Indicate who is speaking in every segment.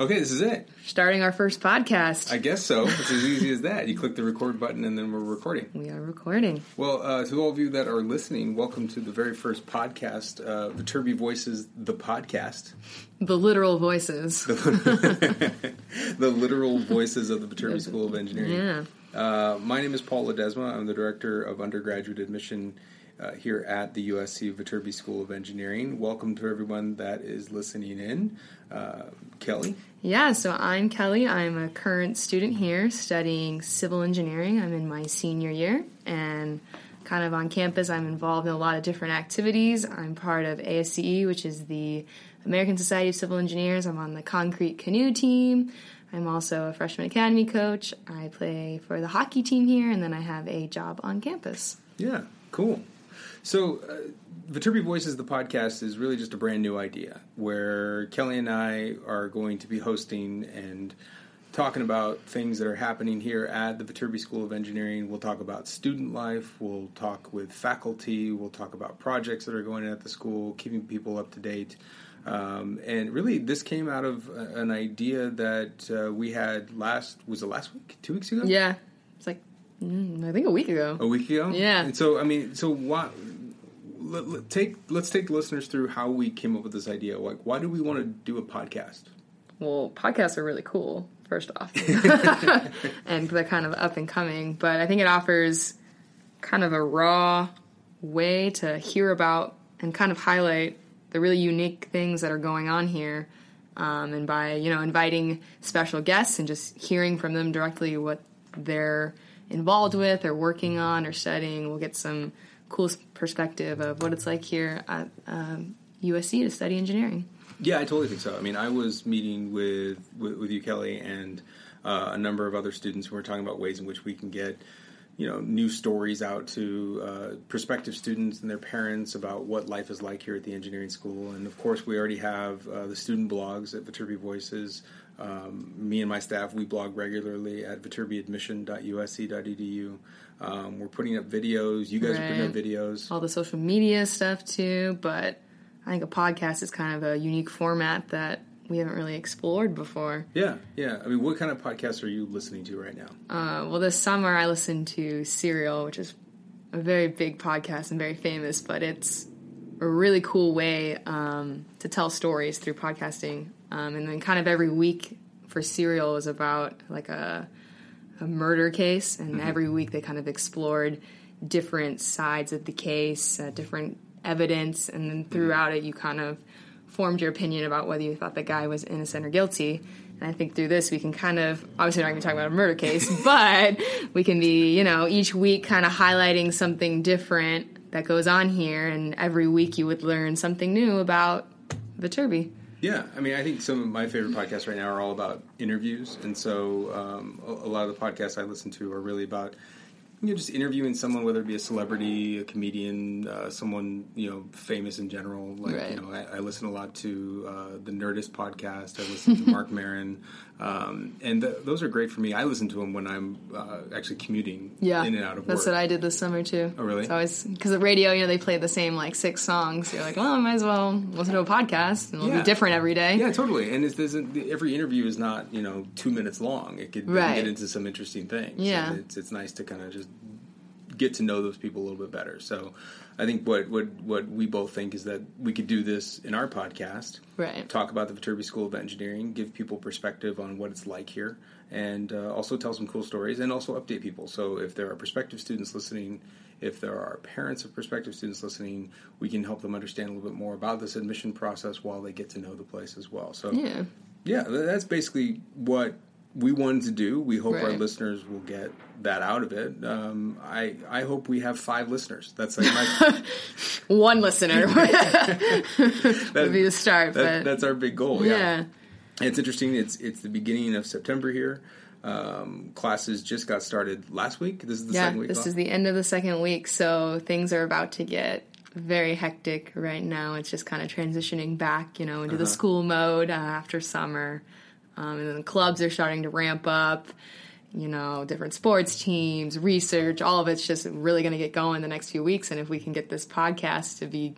Speaker 1: Okay, this is it.
Speaker 2: Starting our first podcast.
Speaker 1: I guess so. It's as easy as that. You click the record button and then we're recording.
Speaker 2: we are recording.
Speaker 1: Well, uh, to all of you that are listening, welcome to the very first podcast, uh, Viterbi Voices, the podcast,
Speaker 2: The literal voices.
Speaker 1: the literal voices of the Viterbi School of Engineering.
Speaker 2: yeah.
Speaker 1: Uh, my name is Paul Ledesma. I'm the director of undergraduate admission uh, here at the USC Viterbi School of Engineering. Welcome to everyone that is listening in. Uh, Kelly.
Speaker 2: Yeah, so I'm Kelly. I'm a current student here studying civil engineering. I'm in my senior year and kind of on campus, I'm involved in a lot of different activities. I'm part of ASCE, E, which is the American Society of Civil Engineers. I'm on the concrete canoe team. I'm also a freshman academy coach. I play for the hockey team here, and then I have a job on campus.
Speaker 1: Yeah, cool. So, uh, Viterbi Voices, the podcast, is really just a brand new idea where Kelly and I are going to be hosting and talking about things that are happening here at the Viterbi School of Engineering. We'll talk about student life, we'll talk with faculty, we'll talk about projects that are going on at the school, keeping people up to date. Um, and really, this came out of a- an idea that uh, we had last, was it last week? Two weeks ago?
Speaker 2: Yeah. It's like, mm, I think a week ago.
Speaker 1: a week ago.
Speaker 2: Yeah.
Speaker 1: And so I mean, so why? Let, let, take let's take listeners through how we came up with this idea. Like, why do we want to do a podcast?
Speaker 2: Well, podcasts are really cool, first off. and they're kind of up and coming, but I think it offers kind of a raw way to hear about and kind of highlight the really unique things that are going on here. Um, and by, you know, inviting special guests and just hearing from them directly what they're involved with or working on or studying, we'll get some cool s- perspective of what it's like here at um, USC to study engineering.
Speaker 1: Yeah, I totally think so. I mean, I was meeting with with, with you, Kelly, and uh, a number of other students who were talking about ways in which we can get you know new stories out to uh, prospective students and their parents about what life is like here at the engineering school. And of course, we already have uh, the student blogs at Viterbi Voices. Um, me and my staff we blog regularly at viterbiadmission.usc.edu. E Um, we're putting up videos. You guys are putting up
Speaker 2: Right.
Speaker 1: videos.
Speaker 2: all the social media stuff too, but I think a podcast is kind of a unique format that we haven't really explored before.
Speaker 1: Yeah, yeah. I mean, what kind of podcasts are you listening to right now?
Speaker 2: Uh, well, this summer I listened to Serial, which is a very big podcast and very famous, but it's a really cool way um, to tell stories through podcasting. Um, and then kind of every week for Serial was about like a, a murder case, and every week they kind of explored different sides of the case, uh, different evidence, and then throughout it you kind of formed your opinion about whether you thought the guy was innocent or guilty. And I think through this we can kind of obviously we're not going to be talking about a murder case, but we can be you know each week kind of highlighting something different that goes on here, and every week you would learn something new about Viterbi.
Speaker 1: Yeah, I mean, I think some of my favorite podcasts right now are all about interviews, and so um, a, a lot of the podcasts I listen to are really about you know just interviewing someone, whether it be a celebrity, a comedian, uh, someone you know famous in general. Like
Speaker 2: Right.
Speaker 1: you know, I, I listen a lot to uh, the Nerdist podcast. I listen to Mark Maron, um, and th- those are great for me. I listen to them when I'm uh, actually commuting in and out of
Speaker 2: that's
Speaker 1: work.
Speaker 2: what I did this summer too.
Speaker 1: Oh, really?
Speaker 2: It's always because the radio, you know, they play the same like six songs. You're like, well, I might as well listen to a podcast, and it'll
Speaker 1: Yeah.
Speaker 2: be different every day.
Speaker 1: Yeah, totally. And it's, there's a, every interview is not you know two minutes long. It could they can
Speaker 2: Right.
Speaker 1: get into some interesting things.
Speaker 2: Yeah.
Speaker 1: and it's it's nice to kind of just get to know those people a little bit better. So, I think what what what we both think is that we could do this in our podcast.
Speaker 2: Right.
Speaker 1: Talk about the Viterbi School of Engineering, give people perspective on what it's like here, and uh, also tell some cool stories, and also update people. So, if there are prospective students listening. If there are parents of prospective students listening, we can help them understand a little bit more about this admission process while they get to know the place as well. So,
Speaker 2: Yeah.
Speaker 1: yeah, th- that's basically what we wanted to do. We hope our
Speaker 2: Right.
Speaker 1: listeners will get that out of it. Um, I I hope we have five listeners. That's like my,
Speaker 2: One listener
Speaker 1: that,
Speaker 2: would be the start,
Speaker 1: that-
Speaker 2: but
Speaker 1: that's our big goal.
Speaker 2: yeah.
Speaker 1: yeah. It's interesting. It's it's the beginning of September here. Um, classes just got started last week. This is the
Speaker 2: Yeah,
Speaker 1: second week.
Speaker 2: this
Speaker 1: off.
Speaker 2: is the end of the second week, so things are about to get very hectic right now. It's just kind of transitioning back, you know, into
Speaker 1: Uh-huh.
Speaker 2: the school mode uh, after summer, um, and then the clubs are starting to ramp up. You know, different sports teams, research, all of it's just really going to get going the next few weeks. And if we can get this podcast to be,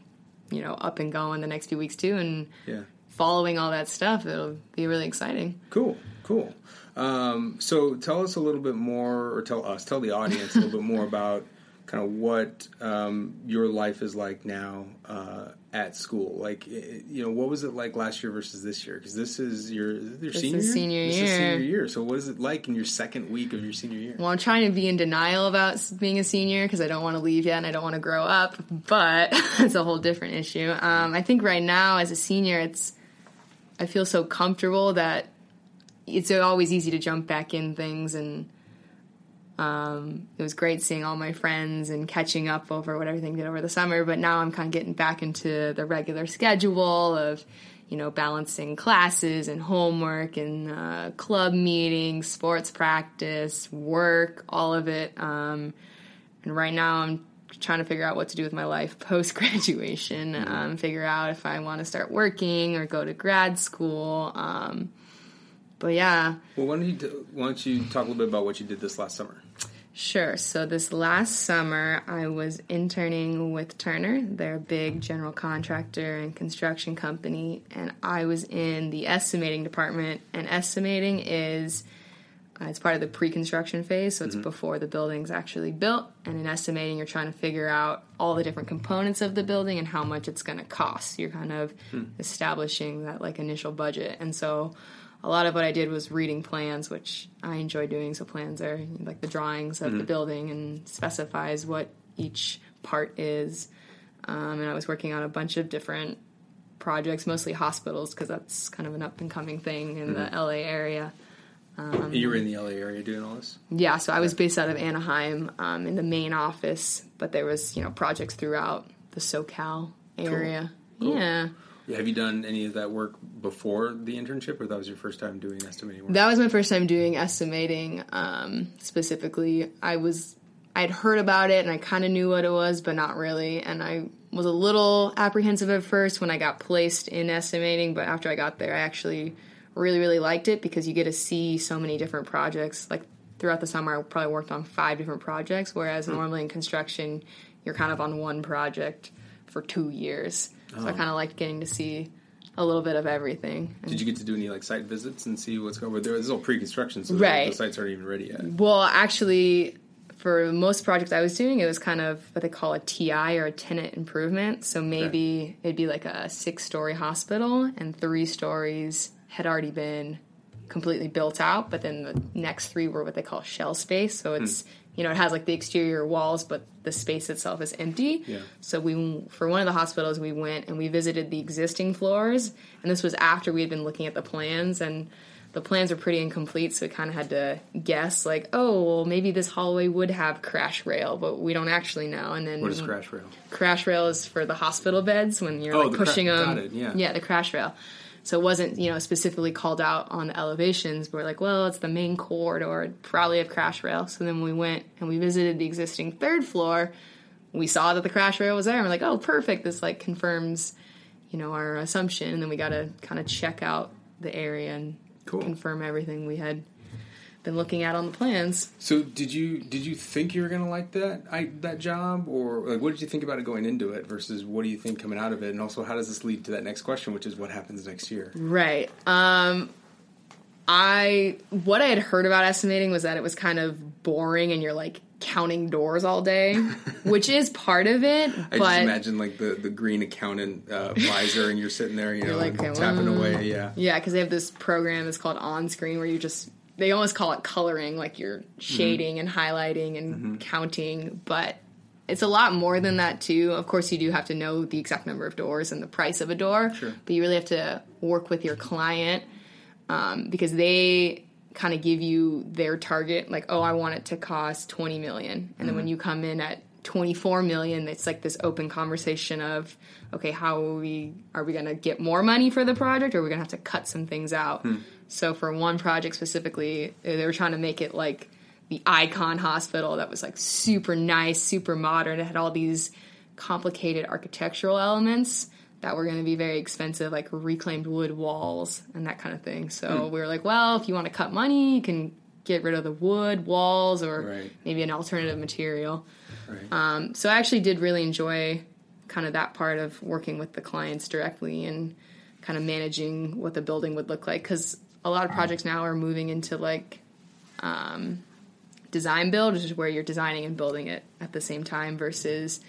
Speaker 2: you know, up and going the next few weeks too, and
Speaker 1: yeah.
Speaker 2: following all that stuff, it'll be really exciting.
Speaker 1: Cool, cool. Um, so tell us a little bit more, or tell us, tell the audience a little bit more about kind of what um, your life is like now uh, at school. Like, i- you know, what was it like last year versus this year? Because this is your your
Speaker 2: This
Speaker 1: senior
Speaker 2: is
Speaker 1: year?
Speaker 2: senior
Speaker 1: This is
Speaker 2: year.
Speaker 1: senior year. So what is it like in your second week of your senior year?
Speaker 2: Well, I'm trying to be in denial about s- being a senior because I don't want to leave yet and I don't want to grow up, but it's a whole different issue. Um, I think right now, as a senior, it's I feel so comfortable that it's always easy to jump back in things, and um, it was great seeing all my friends and catching up over what everything did over the summer. But now I'm kind of getting back into the regular schedule of you know balancing classes and homework and uh, club meetings, sports practice, work, all of it. Um, and right now I'm trying to figure out what to do with my life post graduation. Um, figure out if I want to start working or go to grad school. Um, but yeah,
Speaker 1: Well, why don't you t- why don't you talk a little bit about what you did this last summer?
Speaker 2: sure. So this last summer I was interning with Turner, their big general contractor and construction company, and I was in the estimating department. And estimating is Uh, it's part of the pre-construction phase, so it's before the building's actually built. And in estimating, you're trying to figure out all the different components of the building and how much it's going to cost. You're kind of establishing that like initial budget. And so, a lot of what I did was reading plans, which I enjoy doing. So plans are like the drawings of the building and specifies what each part is. Um, and I was working on a bunch of different projects, mostly hospitals, because that's kind of an up and coming thing in the LA area.
Speaker 1: you
Speaker 2: Mm-hmm.
Speaker 1: were in the LA area doing all this.
Speaker 2: Yeah, so I was based out of Anaheim um, in the main office, but there was you know projects throughout the SoCal area.
Speaker 1: Cool.
Speaker 2: Yeah,
Speaker 1: Have you done any of that work before the internship, or that was your first time doing estimating work?
Speaker 2: that was my first time doing estimating um, specifically. I was I'd heard about it and I kind of knew what it was, but not really. And I was a little apprehensive at first when I got placed in estimating, but after I got there, I actually really really liked it because you get to see so many different projects like throughout the summer i probably worked on five different projects whereas normally in construction you're kind of on one project for two years so i kind of liked getting to see a little bit of everything and
Speaker 1: Did you get to do any like site visits and see what's going on? There, this is all pre-construction, so
Speaker 2: Right. Mm-hmm.
Speaker 1: the sites aren't even ready yet.
Speaker 2: Well, actually, for most projects I was doing, it was kind of what they call a TI or a tenant improvement. So maybe it'd be like a six story hospital, and three stories had already been completely built out, but then the next three were what they call shell space. So it's you know it has like the exterior walls, but the space itself is empty.
Speaker 1: Yeah.
Speaker 2: So we for one of the hospitals we went and we visited the existing floors, and this was after we had been looking at the plans and the plans were pretty incomplete, so we kind of had to guess like, oh, well, maybe this hallway would have crash rail, but we don't actually know. And then
Speaker 1: What is crash rail?
Speaker 2: crash rail is for the hospital beds when you're
Speaker 1: Oh,
Speaker 2: like
Speaker 1: the cra-
Speaker 2: pushing
Speaker 1: got
Speaker 2: them.
Speaker 1: it, yeah.
Speaker 2: the crash rail. So it wasn't you know specifically called out on the elevations, but we're like, well, it's the main corridor, it'd probably have crash rail. So then we went and we visited the existing third floor. We saw that the crash rail was there, and we're like, oh, perfect. This like confirms you know our assumption, and then we got to kind of check out the area and
Speaker 1: Cool.
Speaker 2: confirm everything we had been looking at on the plans.
Speaker 1: So did you did you think you were going to like that I, that job, or like what did you think about it going into it versus what do you think coming out of it, and also how does this lead to that next question, which is what happens next year?
Speaker 2: Right. Um I what I had heard about estimating was that it was kind of boring and you're like counting doors all day, which is part of it,
Speaker 1: I just
Speaker 2: but
Speaker 1: imagine like the, the green accountant uh, visor, and you're sitting there, you know,
Speaker 2: like, okay,
Speaker 1: tapping
Speaker 2: well, mm-hmm.
Speaker 1: away. Yeah,
Speaker 2: yeah, cuz they have this program it's called on screen where you just they almost call it coloring like you're
Speaker 1: Mm-hmm.
Speaker 2: shading and highlighting and counting, but it's a lot more than that too. Of course, you do have to know the exact number of doors and the price of a door,
Speaker 1: Sure.
Speaker 2: but you really have to work with your client um, because they kind of give you their target like oh i want it to cost 20 million and then when you come in at 24 million it's like this open conversation of okay how are we are we going to get more money for the project or are we going to have to cut some things out so for one project specifically they were trying to make it like the icon hospital that was like super nice super modern it had all these complicated architectural elements that were going to be very expensive, like reclaimed wood walls and that kind of thing. So we were like, well, if you want to cut money, you can get rid of the wood walls or
Speaker 1: Right.
Speaker 2: maybe an alternative material.
Speaker 1: right.
Speaker 2: Um, so I actually did really enjoy kind of that part of working with the clients directly and kind of managing what the building would look like because a lot of projects now are moving into like um, design build, which is where you're designing and building it at the same time. Versus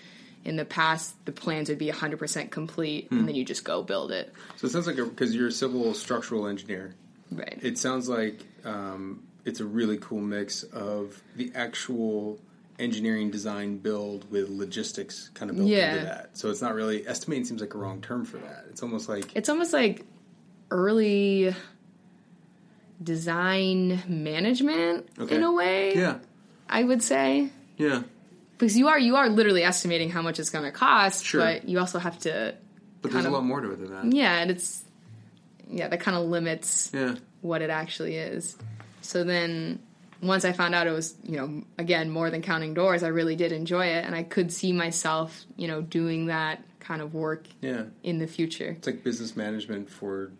Speaker 2: in the past, the plans would be 100% complete and then
Speaker 1: Hmm.
Speaker 2: you just go build it.
Speaker 1: So it sounds like because you're a civil structural engineer,
Speaker 2: Right.
Speaker 1: it sounds like um, it's a really cool mix of the actual engineering design build with logistics kind of built
Speaker 2: Yeah.
Speaker 1: into that. So it's not really estimating seems like a wrong term for that. It's almost like
Speaker 2: it's almost like early design management
Speaker 1: Okay.
Speaker 2: in a way.
Speaker 1: yeah,
Speaker 2: I would say.
Speaker 1: yeah.
Speaker 2: because you are you are literally estimating how much it's going to cost,
Speaker 1: Sure.
Speaker 2: but you also have to
Speaker 1: But there's
Speaker 2: Kind
Speaker 1: a
Speaker 2: of-
Speaker 1: lot more to it than that.
Speaker 2: yeah, and it's yeah that kind of limits
Speaker 1: Yeah.
Speaker 2: what it actually is. So then once I found out it was you know again more than counting doors, I really did enjoy it, and I could see myself you know doing that kind of work
Speaker 1: Yeah.
Speaker 2: in the future.
Speaker 1: It's like business management for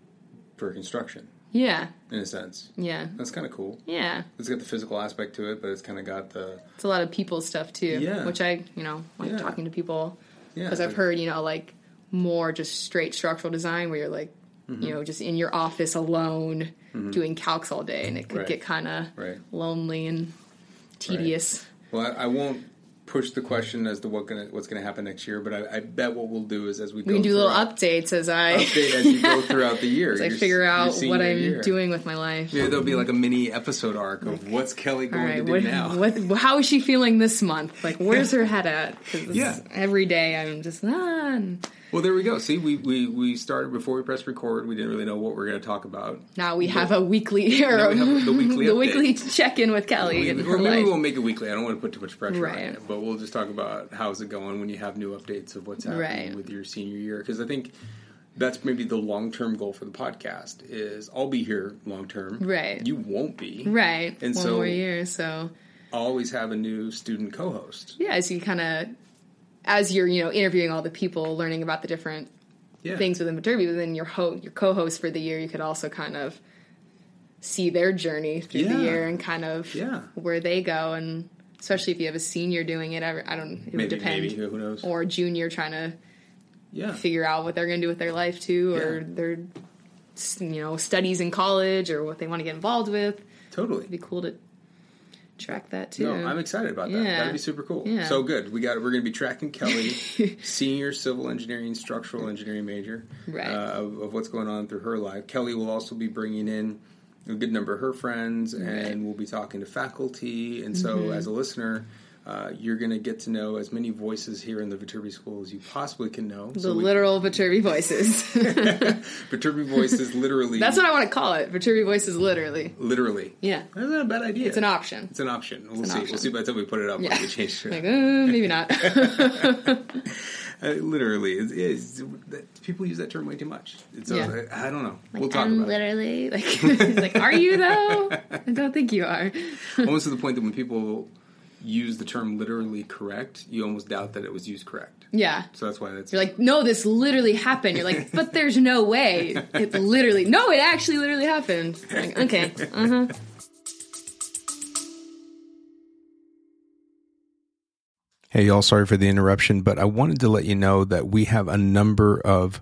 Speaker 1: for construction
Speaker 2: Yeah,
Speaker 1: in a sense.
Speaker 2: yeah,
Speaker 1: That's kind of cool.
Speaker 2: yeah.
Speaker 1: It's got the physical aspect to it, but it's kind of got the
Speaker 2: It's a lot of people stuff too,
Speaker 1: Yeah.
Speaker 2: which I you know like
Speaker 1: Yeah.
Speaker 2: talking to people
Speaker 1: yeah.
Speaker 2: because I've
Speaker 1: like-
Speaker 2: heard you know like more just straight structural design where you're like
Speaker 1: Mm-hmm.
Speaker 2: you know just in your office alone doing calcs all day and it could
Speaker 1: Right.
Speaker 2: get kind of
Speaker 1: Right.
Speaker 2: lonely and tedious.
Speaker 1: Well, I, I won't push the question as to what gonna, what's going to happen next year, but I, I bet what we'll do is as we
Speaker 2: We
Speaker 1: go
Speaker 2: can do little
Speaker 1: throughout-
Speaker 2: updates as I
Speaker 1: update as you go throughout the year.
Speaker 2: as I
Speaker 1: your-
Speaker 2: figure
Speaker 1: your
Speaker 2: out
Speaker 1: senior
Speaker 2: what I'm
Speaker 1: year.
Speaker 2: doing with my life.
Speaker 1: Maybe there'll be like a mini episode arc of what's Kelly
Speaker 2: All
Speaker 1: going to
Speaker 2: right,
Speaker 1: do
Speaker 2: what,
Speaker 1: now.
Speaker 2: what, how is she feeling this month? Like, where's her head at? 'Cause it's-
Speaker 1: Yeah.
Speaker 2: every day I'm just ah, and
Speaker 1: Well, there we go. See, we, we we started before we pressed record. We didn't really know what we are going to talk about.
Speaker 2: now we have a weekly
Speaker 1: Now
Speaker 2: or
Speaker 1: we have the weekly update.
Speaker 2: check in with Kelly.
Speaker 1: We,
Speaker 2: and her
Speaker 1: or maybe
Speaker 2: life.
Speaker 1: we'll make it weekly. I don't want to put too much pressure on
Speaker 2: Right.
Speaker 1: it, but we'll just talk about how's it going when you have new updates of what's happening
Speaker 2: Right.
Speaker 1: with your senior year. Because I think that's maybe the long term goal for the podcast is I'll be here long term.
Speaker 2: Right.
Speaker 1: You won't be.
Speaker 2: right
Speaker 1: And
Speaker 2: one
Speaker 1: so-
Speaker 2: more year. So
Speaker 1: I'll always have a new student co host.
Speaker 2: yeah, as you kind of as you're you know interviewing all the people, learning about the different
Speaker 1: Yeah.
Speaker 2: things within Viterbi, but then your ho- your co-host for the year, you could also kind of see their journey through
Speaker 1: Yeah.
Speaker 2: the year and kind of
Speaker 1: Yeah.
Speaker 2: where they go, and especially if you have a senior doing it, I, I don't it would
Speaker 1: Maybe,
Speaker 2: depend,
Speaker 1: maybe who knows?
Speaker 2: or a junior trying to
Speaker 1: yeah.
Speaker 2: figure out what they're going to do with their life too, or
Speaker 1: Yeah.
Speaker 2: their s- you know studies in college or what they want to get involved with. It'd
Speaker 1: Totally.
Speaker 2: be cool to track that too.
Speaker 1: No, I'm excited about that.
Speaker 2: Yeah.
Speaker 1: That'd be super cool.
Speaker 2: Yeah.
Speaker 1: So good. We got. We're going to be tracking Kelly, senior civil engineering, structural engineering major,
Speaker 2: Right.
Speaker 1: uh, of, of what's going on through her life. Kelly will also be bringing in a good number of her friends, and
Speaker 2: Right. Mm-hmm.
Speaker 1: we'll be talking to faculty. And so, as a listener. Uh, you're going to get to know as many voices here in the Viterbi School as you possibly can know.
Speaker 2: The literal Viterbi voices.
Speaker 1: Viterbi Voices, literally.
Speaker 2: That's what I want to call it. Viterbi voices, literally.
Speaker 1: literally.
Speaker 2: Yeah,
Speaker 1: That's not a bad idea.
Speaker 2: it's an option.
Speaker 1: It's an option. We'll
Speaker 2: an
Speaker 1: see.
Speaker 2: option.
Speaker 1: We'll see by the time we put it up. Yeah.
Speaker 2: Yeah.
Speaker 1: We change it.
Speaker 2: Like, uh, maybe not.
Speaker 1: Uh, literally, it's, it's, that, people use that term way too much. It's, uh,
Speaker 2: Yeah.
Speaker 1: I, I don't know. we'll talk
Speaker 2: I'm
Speaker 1: about it.
Speaker 2: literally like, he's like, are you though? I don't think you are.
Speaker 1: Almost to the point that when people use the term literally correct, you almost doubt that it was used correct.
Speaker 2: Yeah.
Speaker 1: So that's why that's
Speaker 2: You're like, no, this literally happened. You're like, but there's no way. It literally, no, it actually literally happened. Like, okay, uh huh.
Speaker 1: Hey, y'all, sorry for the interruption, but I wanted to let you know that we have a number of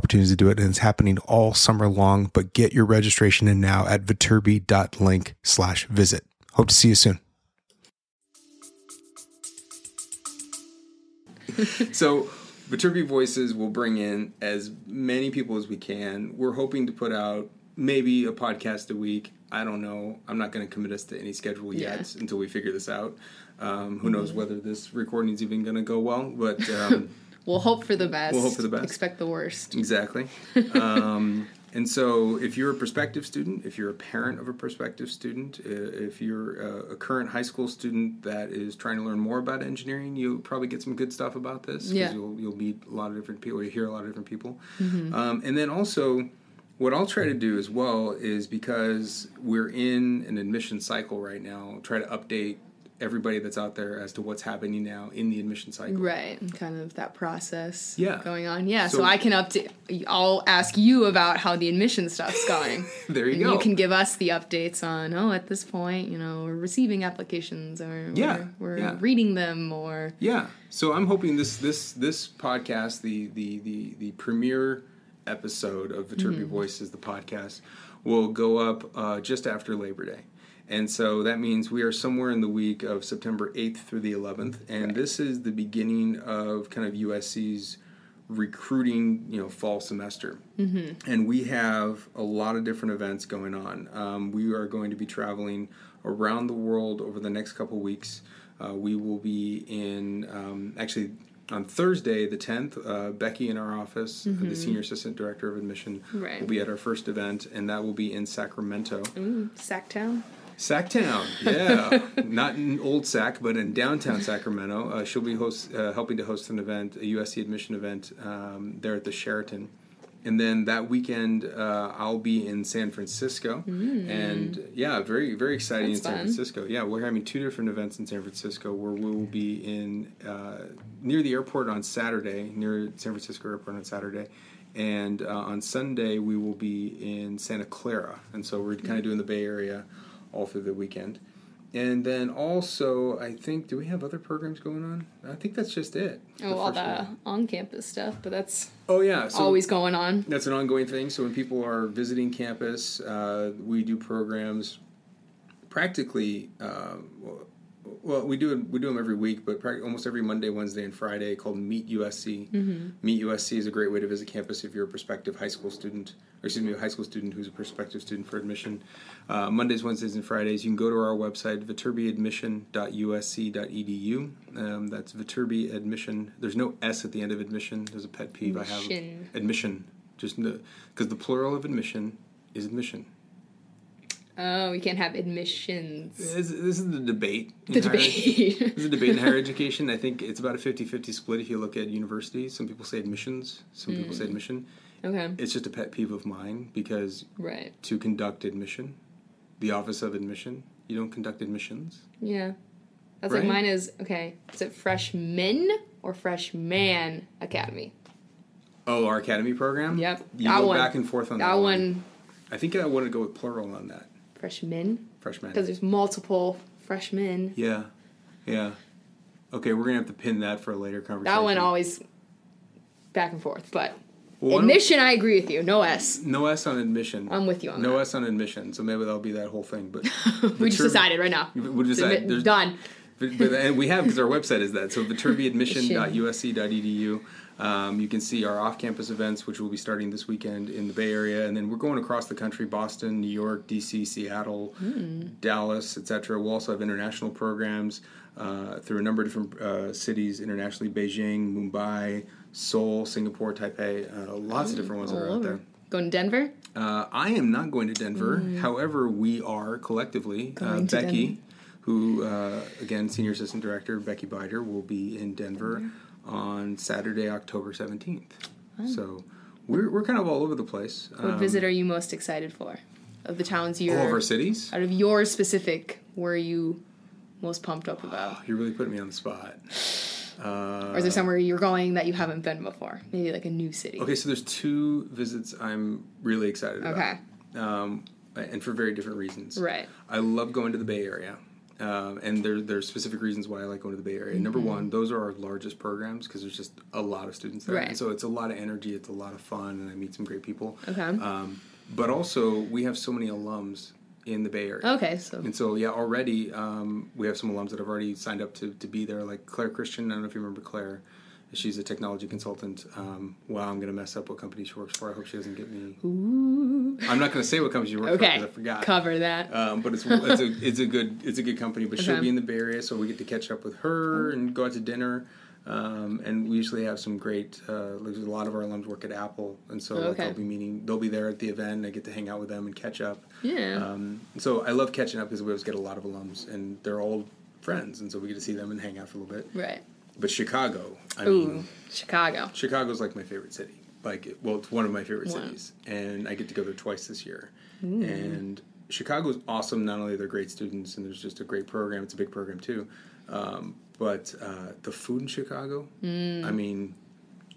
Speaker 1: opportunities to do it, and it's happening all summer long. But get your registration in now at viterbi.link slash visit. Hope to see you soon. so Viterbi Voices will bring in as many people as we can. We're hoping to put out maybe a podcast a week. I don't know. I'm not going to commit us to any schedule yet until we figure this out. Um, who knows whether this recording's even going to go well? But um,
Speaker 2: We'll hope for the best.
Speaker 1: We'll hope for the best.
Speaker 2: Expect the worst.
Speaker 1: exactly. Um, And so, if you're a prospective student, if you're a parent of a prospective student, i- if you're a, a current high school student that is trying to learn more about engineering, you'll probably get some good stuff about this. 'cause
Speaker 2: Yeah.
Speaker 1: You'll, you'll meet a lot of different people, you hear a lot of different people.
Speaker 2: Mm-hmm.
Speaker 1: Um, and then also, what I'll try to do as well is because we're in an admission cycle right now, try to update everybody that's out there as to what's happening now in the admission cycle.
Speaker 2: Right, and kind of that process
Speaker 1: Yeah.
Speaker 2: going on. Yeah, so,
Speaker 1: So-
Speaker 2: I can update. I'll ask you about how the admission stuff's going.
Speaker 1: There you
Speaker 2: and
Speaker 1: go.
Speaker 2: You can give us the updates on. Oh, at this point, you know, we're receiving applications, or
Speaker 1: Yeah,
Speaker 2: we're, we're
Speaker 1: yeah.
Speaker 2: reading them, or
Speaker 1: Yeah. So I'm hoping this this this podcast, the the the the premiere episode of Viterbi Voices, the podcast, will go up uh, just after Labor Day. And so that means we are somewhere in the week of September 8th through the 11th, and this is the beginning of kind of USC's recruiting, you know, fall semester. Mm-hmm. And we have a lot of different events going on. Um, we are going to be traveling around the world over the next couple weeks. Uh, we will be in um, actually on Thursday, the 10th. Uh, Becky in our office, uh, the senior assistant director of admission,
Speaker 2: Right.
Speaker 1: will be at our first event, and that will be in Sacramento.
Speaker 2: Ooh, Sacktown.
Speaker 1: Sacktown, yeah, not in old Sac, but in downtown Sacramento. Uh, she'll be host, uh, helping to host an event, a USC admission event, um, there at the Sheraton. And then that weekend, uh, I'll be in San Francisco, and yeah, very very exciting
Speaker 2: Mm. That's
Speaker 1: in San
Speaker 2: fun.
Speaker 1: Francisco. Yeah, we're having two different events in San Francisco, where we will be in uh, near the airport on Saturday, near San Francisco Airport on Saturday. And uh, on Sunday we will be in Santa Clara, and so we're kind of doing the Bay Area all through the weekend. And then also, I think, do we have other programs going on? I think that's just it.
Speaker 2: Oh,
Speaker 1: The
Speaker 2: all
Speaker 1: first
Speaker 2: the
Speaker 1: one.
Speaker 2: on-campus stuff, but that's
Speaker 1: Oh yeah, so
Speaker 2: always going on.
Speaker 1: that's an ongoing thing. So when people are visiting campus, uh, we do programs practically. Uh, well, we do we do them every week, but prac- almost every Monday, Wednesday, and Friday called Meet USC.
Speaker 2: Mm-hmm.
Speaker 1: Meet USC is a great way to visit campus if you're a prospective high school student, or excuse me, a high school student who's a prospective student for admission. Uh, Mondays, Wednesdays, and Fridays, you can go to our website viterbiadmission.usc.edu. E Um, that's Viterbi admission. There's no s at the end of admission. There's a pet peeve I have.
Speaker 2: Admission.
Speaker 1: Admission, just because the plural of admission is admission.
Speaker 2: Oh, we can't have admissions.
Speaker 1: This, this is the debate. in
Speaker 2: The
Speaker 1: higher-
Speaker 2: debate.
Speaker 1: There's a debate in higher education. I think it's about a 50 50 split if you look at universities. Some people say admissions, some people
Speaker 2: Hmm.
Speaker 1: say admission.
Speaker 2: okay.
Speaker 1: It's just a pet peeve of mine because
Speaker 2: Right.
Speaker 1: to conduct admission, the Office of Admission, you don't conduct admissions.
Speaker 2: Yeah. That's
Speaker 1: Right?
Speaker 2: like mine is okay. Is it freshman or freshman academy?
Speaker 1: Oh, our academy program?
Speaker 2: Yep,
Speaker 1: You
Speaker 2: that
Speaker 1: go
Speaker 2: one.
Speaker 1: back and forth on that,
Speaker 2: That one
Speaker 1: I think I want to go with plural on that.
Speaker 2: freshmen
Speaker 1: Freshman.
Speaker 2: because there's multiple freshmen.
Speaker 1: Yeah. Yeah. Okay, we're going to have to pin that for a later conversation.
Speaker 2: That one always back and forth, but
Speaker 1: Well, why don't-
Speaker 2: admission. I agree with you. No S.
Speaker 1: No S on admission.
Speaker 2: I'm with you on
Speaker 1: no
Speaker 2: that.
Speaker 1: S on admission. So maybe that'll be that whole thing. But
Speaker 2: we just decided right now.
Speaker 1: We
Speaker 2: Admit-
Speaker 1: decided. There's,
Speaker 2: done.
Speaker 1: but, but- and we have because our website is that. So viterbiadmission.usc.edu. E Um, you can see our off-campus events, which will be starting this weekend in the Bay Area, and then we're going across the country: Boston, New York, DC, Seattle,
Speaker 2: Hmm.
Speaker 1: Dallas, etc. We'll also have international programs uh, through a number of different uh, cities internationally: Beijing, Mumbai, Seoul, Singapore, Taipei. Uh, lots of different ones that are
Speaker 2: All
Speaker 1: out
Speaker 2: over.
Speaker 1: there.
Speaker 2: Going to Denver.
Speaker 1: Uh, I am not going to Denver. However, we are collectively uh,
Speaker 2: Mm. Going to
Speaker 1: Becky,
Speaker 2: Denver.
Speaker 1: who uh, again senior assistant director Becky Bider will be in Denver on Saturday, October seventeenth. So we're we're kind of all over the place.
Speaker 2: What
Speaker 1: Um,
Speaker 2: visit are you most excited for? Of the towns you're
Speaker 1: all of our cities.
Speaker 2: out of your specific, were you most pumped up about?
Speaker 1: You're really putting me on the spot.
Speaker 2: Or is there somewhere you're going that you haven't been before? Maybe like a new city.
Speaker 1: Uh, Okay, so there's two visits I'm really excited
Speaker 2: Okay.
Speaker 1: about, um, and for very different reasons.
Speaker 2: Right.
Speaker 1: I love going to the Bay Area. Um, and there, there are specific reasons why I like going to the Bay Area.
Speaker 2: Mm-hmm.
Speaker 1: Number one, those are our largest programs because there's just a lot of students there.
Speaker 2: Right.
Speaker 1: And so it's a lot of energy, it's a lot of fun, and I meet some great people.
Speaker 2: Okay.
Speaker 1: Um, but also, we have so many alums in the Bay Area.
Speaker 2: Okay, so
Speaker 1: And so, yeah, already um, we have some alums that have already signed up to, to be there, like Claire Christian. I don't know if you remember Claire. She's a technology consultant. Um, wow, I'm going to mess up what company she works for. I hope she doesn't get me. I'm not going to say what company she works for
Speaker 2: okay,
Speaker 1: because I forgot.
Speaker 2: cover that.
Speaker 1: Um, but it's it's a, it's a good it's a good company. But she'll be
Speaker 2: Okay.
Speaker 1: in the Bay Area, so we get to catch up with her and go out to dinner. Um, and we usually have some great. Uh, there's a lot of our alums work at Apple, and so like,
Speaker 2: Okay.
Speaker 1: they'll be meeting. They'll be there at the event. and I get to hang out with them and catch up.
Speaker 2: Yeah.
Speaker 1: Um, so I love catching up because we always get a lot of alums, and they're all friends, and so we get to see them and hang out for a little bit.
Speaker 2: Right.
Speaker 1: But Chicago, I
Speaker 2: Ooh,
Speaker 1: mean,
Speaker 2: Chicago.
Speaker 1: Chicago's like my favorite city. Like, it- well, it's one of my favorite
Speaker 2: Wow. Mm.
Speaker 1: cities, and I get to go there twice this year. And Chicago's awesome. Not only are there great students, and there's just a great program. It's a big program too, um, but uh, the food in Chicago. I mean,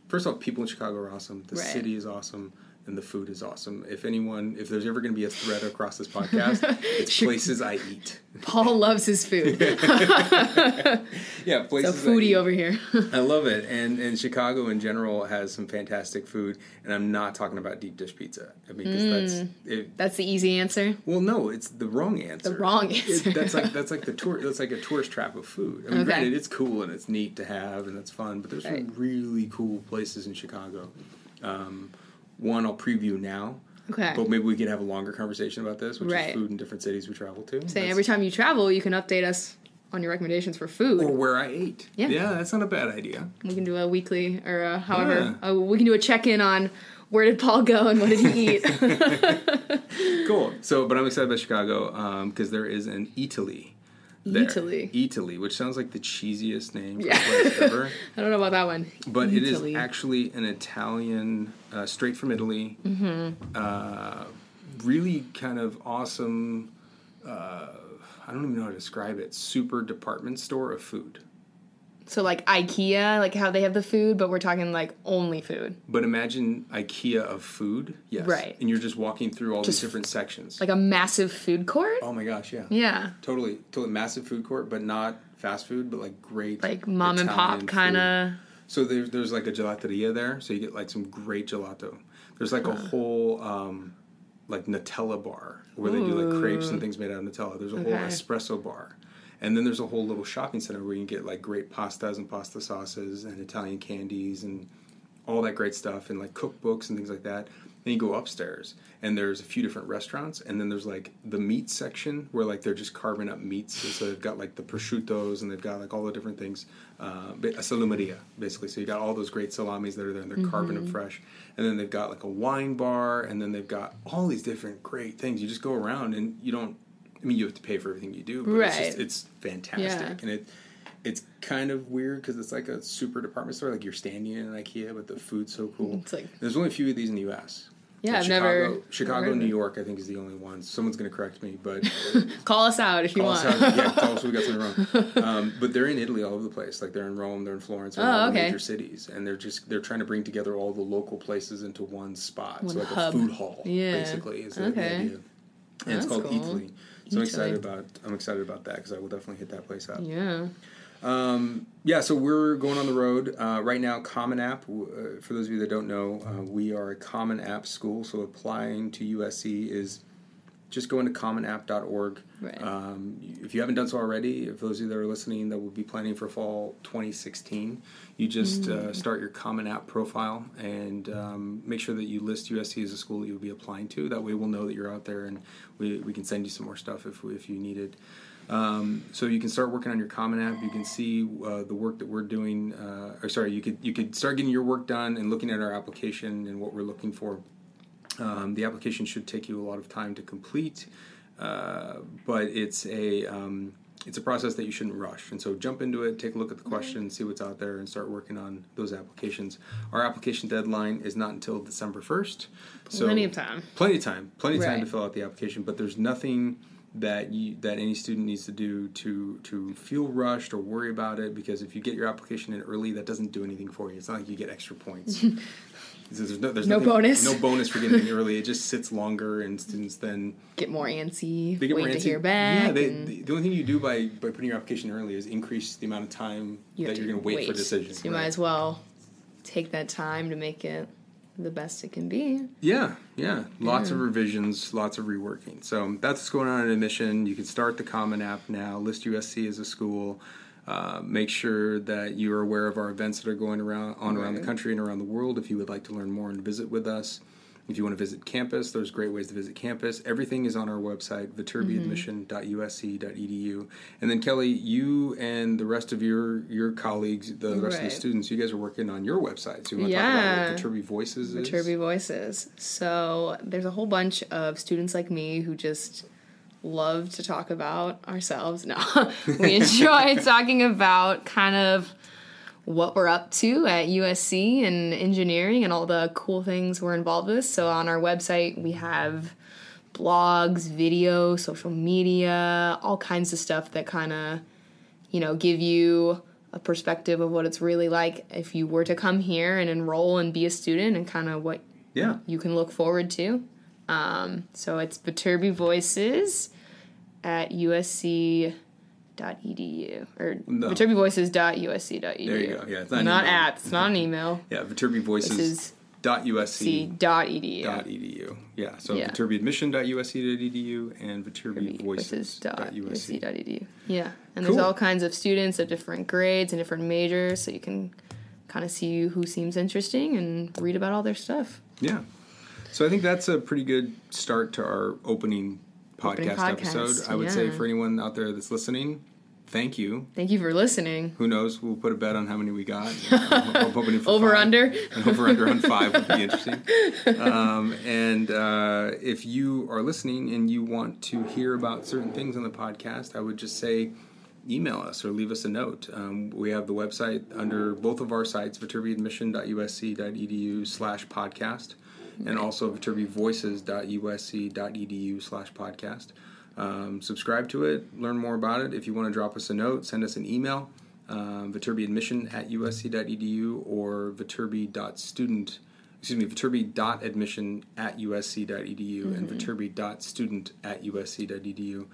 Speaker 1: first off, people in Chicago are awesome. The
Speaker 2: Mm. Right.
Speaker 1: city is awesome. And the food is awesome. If anyone, if there's ever going to be a thread across this podcast, it's
Speaker 2: Chi-
Speaker 1: places I eat.
Speaker 2: Paul loves his food.
Speaker 1: Yeah,
Speaker 2: The
Speaker 1: places. I eat.
Speaker 2: foodie over here.
Speaker 1: I love it, and and Chicago in general has some fantastic food, and I'm not talking about deep dish pizza. I mean, 'cause
Speaker 2: Mm.
Speaker 1: that's it,
Speaker 2: That's the easy answer.
Speaker 1: well, no, it's the wrong answer.
Speaker 2: The wrong
Speaker 1: It-
Speaker 2: answer.
Speaker 1: that's like that's like the tour. That's like a tourist trap of food. I mean,
Speaker 2: Okay.
Speaker 1: granted, it's cool and it's neat to have and it's fun, but there's
Speaker 2: Right.
Speaker 1: some really cool places in Chicago. Um, one I'll preview now.
Speaker 2: Okay.
Speaker 1: But maybe we can have a longer conversation about this, which
Speaker 2: Right.
Speaker 1: is food in different cities we travel to.
Speaker 2: Say
Speaker 1: That's-
Speaker 2: every time you travel, you can update us on your recommendations for food.
Speaker 1: or where I ate.
Speaker 2: Yeah.
Speaker 1: yeah, that's not a bad idea.
Speaker 2: We can do a weekly or a, however uh we can do a check in on where did Paul go and what did he eat.
Speaker 1: cool. So, but I'm excited about Chicago because there is an Italy. there.
Speaker 2: Italy.
Speaker 1: Italy, which sounds like the cheesiest name for
Speaker 2: Yeah.
Speaker 1: a place ever,
Speaker 2: I don't know about that one.
Speaker 1: but
Speaker 2: Italy.
Speaker 1: it is actually an Italian, uh, straight from Italy.
Speaker 2: Mm-hmm.
Speaker 1: Uh, really kind of awesome. Uh, I don't even know how to describe it. Super department store of food.
Speaker 2: So like IKEA, like how they have the food, but we're talking like only food,
Speaker 1: But imagine IKEA of food. Yes.
Speaker 2: Right.
Speaker 1: And you're just walking through all
Speaker 2: Just-
Speaker 1: these different sections.
Speaker 2: like a massive food court.
Speaker 1: oh my gosh, yeah.
Speaker 2: Yeah,
Speaker 1: Totally, totally massive food court, but not fast food, but like great,
Speaker 2: like mom and pop
Speaker 1: Italian
Speaker 2: kind
Speaker 1: food.
Speaker 2: of.
Speaker 1: So there's there's like a gelateria there, so you get like some great gelato. There's like a whole um, like Nutella bar where they do like crepes and things made out of Nutella. There's a whole
Speaker 2: Okay.
Speaker 1: espresso bar, and then there's a whole little shopping center where you can get like great pastas and pasta sauces and Italian candies and all that great stuff and like cookbooks and things like that. Then you go upstairs and there's a few different restaurants and then there's like the meat section where like they're just carving up meats and so they've got like the prosciuttos and they've got like all the different things, uh, ba- a salumeria basically. So you got all those great salamis that are there and they're carving
Speaker 2: Mm-hmm.
Speaker 1: them fresh. And then they've got like a wine bar and then they've got all these different great things. You just go around and you don't. I mean, you have to pay for everything you do, but
Speaker 2: Right.
Speaker 1: it's just, it's fantastic
Speaker 2: Yeah.
Speaker 1: and it it's kind of weird because it's like a super department store. Like you're standing in an IKEA, but the food's so cool.
Speaker 2: It's like-
Speaker 1: there's only a few of these in the U.S.
Speaker 2: Mm-hmm. Yeah,
Speaker 1: Like
Speaker 2: I've
Speaker 1: Chicago,
Speaker 2: never- never heard
Speaker 1: Chicago,
Speaker 2: of
Speaker 1: New
Speaker 2: it.
Speaker 1: York, I think is the only one. Someone's going to correct me, but
Speaker 2: Call us out if you
Speaker 1: tell us
Speaker 2: want.
Speaker 1: how, yeah, tell us we got something wrong. Um, but they're in Italy all over the place. Like they're in Rome, they're in Florence, they're in
Speaker 2: Oh,
Speaker 1: all the
Speaker 2: okay.
Speaker 1: major cities, and they're just they're trying to bring together all the local places into one spot,
Speaker 2: One
Speaker 1: so like
Speaker 2: hub.
Speaker 1: a food hall,
Speaker 2: Yeah.
Speaker 1: basically. Is the, the
Speaker 2: Okay.
Speaker 1: idea. And it's
Speaker 2: That's
Speaker 1: called
Speaker 2: cool.
Speaker 1: Italy. So I'm excited
Speaker 2: Italy.
Speaker 1: about I'm excited about that because I will definitely hit that place up.
Speaker 2: yeah,
Speaker 1: Yeah, so we're going on the road uh, right now. Common App, w- uh, for those of you that don't know, uh, we are a Common App school. So applying to USC is just going to commonapp.org.
Speaker 2: Right.
Speaker 1: Um, if you haven't done so already, if those of you that are listening that will be planning for fall 2016, you just uh, start your Common App profile and um, make sure that you list USC as a school that you'll be applying to. That way, we'll know that you're out there and we, we can send you some more stuff if, we- if you need it. Um, so you can start working on your Common App. You can see uh, the work that we're doing. Uh, or sorry, you could you could start getting your work done and looking at our application and what we're looking for. Um, the application should take you a lot of time to complete, uh, but it's a um, it's a process that you shouldn't rush. And so jump into it, take a look at the questions, see what's out there, and start working on those applications. Our application deadline is not until December first. So
Speaker 2: Plenty of time.
Speaker 1: Plenty of time. Plenty of time
Speaker 2: Right.
Speaker 1: to fill out the application. But there's nothing that you that any student needs to do to to feel rushed or worry about it because if you get your application in early, that doesn't do anything for you. It's not like you get extra points. There's no, there's
Speaker 2: No
Speaker 1: nothing-
Speaker 2: bonus.
Speaker 1: No bonus for getting in early. It just sits longer, and students then
Speaker 2: get more antsy.
Speaker 1: they get
Speaker 2: wait
Speaker 1: more
Speaker 2: to
Speaker 1: antsy.
Speaker 2: hear back.
Speaker 1: Yeah, they,
Speaker 2: and
Speaker 1: the, the only thing you do by by putting your application early is increase the amount of time
Speaker 2: you have
Speaker 1: that you're going to wait, for decisions.
Speaker 2: So you might as well take that time to make it the best it can be.
Speaker 1: Yeah, yeah. Lots
Speaker 2: Hmm.
Speaker 1: of revisions, lots of reworking. So that's what's going on in admission. You can start the Common App now, list USC as a school. Uh, make sure that you are aware of our events that are going around on around the
Speaker 2: Right.
Speaker 1: country and around the world if you would like to learn more and visit with us. If you want to visit campus, there's great ways to visit campus. Everything is on our website,
Speaker 2: Mm-hmm.
Speaker 1: viterbiadmission.usc.edu. E And then Kelly, you and the rest of your your colleagues, the rest of
Speaker 2: Right.
Speaker 1: the students, you guys are working on your website. So you want to talk about
Speaker 2: Yeah.
Speaker 1: what Viterbi Voices is?
Speaker 2: Turby Voices. So there's a whole bunch of students like me who just love to talk about ourselves. No, we enjoy talking about kind of what we're up to at USC and engineering and all the cool things we're involved with. So on our website, we have blogs, video, social media, all kinds of stuff that kind of you know, give you a perspective of what it's really like if you were to come here and enroll and be a student and kind of what
Speaker 1: Yeah.
Speaker 2: you can look forward to. Um, so it's Viterbi Voices at USC. Dot edu or
Speaker 1: No.
Speaker 2: viterbivoices.usc.edu.
Speaker 1: There you go. Yeah, it's not an
Speaker 2: E not
Speaker 1: email.
Speaker 2: at. It's not an email.
Speaker 1: Yeah, viterbivoices.usc.edu.
Speaker 2: Voices dot E edu.
Speaker 1: dot E edu. Yeah, so
Speaker 2: Yeah.
Speaker 1: viterbiadmission.usc.edu E and
Speaker 2: Voices dot
Speaker 1: viterbivoices.usc.
Speaker 2: USC dot edu. Yeah, and
Speaker 1: Cool.
Speaker 2: there's all kinds of students of different grades and different majors, so you can kind of see who seems interesting and read about all their stuff.
Speaker 1: Yeah. So I think that's a pretty good start to our opening
Speaker 2: Opening
Speaker 1: podcast,
Speaker 2: podcast,
Speaker 1: episode. I would say
Speaker 2: yeah.
Speaker 1: for anyone out there that's listening, thank you.
Speaker 2: Thank you for listening.
Speaker 1: Who knows? We'll put a bet on how many we got. I'm, I'm hoping for
Speaker 2: Over
Speaker 1: five.
Speaker 2: under.
Speaker 1: An over under on five would be interesting. Um, and uh, if you are listening and you want to hear about certain things on the podcast, I would just say email us or leave us a note. Um, we have the website under both of our sites, viterbiadmission.usc.edu slash podcast and also viterbivoices.usc.edu slash podcast. Um, subscribe to it, learn more about it. If you want to drop us a note, send us an email, um, viterbiadmission at usc.edu or viterbi.student, excuse me, viterbi.admission at usc.edu E and
Speaker 2: Mm-hmm.
Speaker 1: viterbi.student at usc.edu. E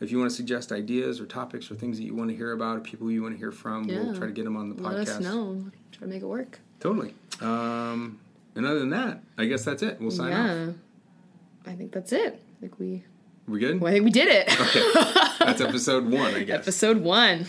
Speaker 1: If you want to suggest ideas or topics or things that you want to hear about or people you want to hear from, we'll
Speaker 2: Yeah.
Speaker 1: try to get them on the podcast.
Speaker 2: Let us know. Try to make it work.
Speaker 1: Totally. Um, and other than that, I guess that's it. We'll sign off.
Speaker 2: yeah, I think that's it. I think we.
Speaker 1: We good?
Speaker 2: Well, I think we did it.
Speaker 1: Okay. That's episode one, I guess.
Speaker 2: Episode one.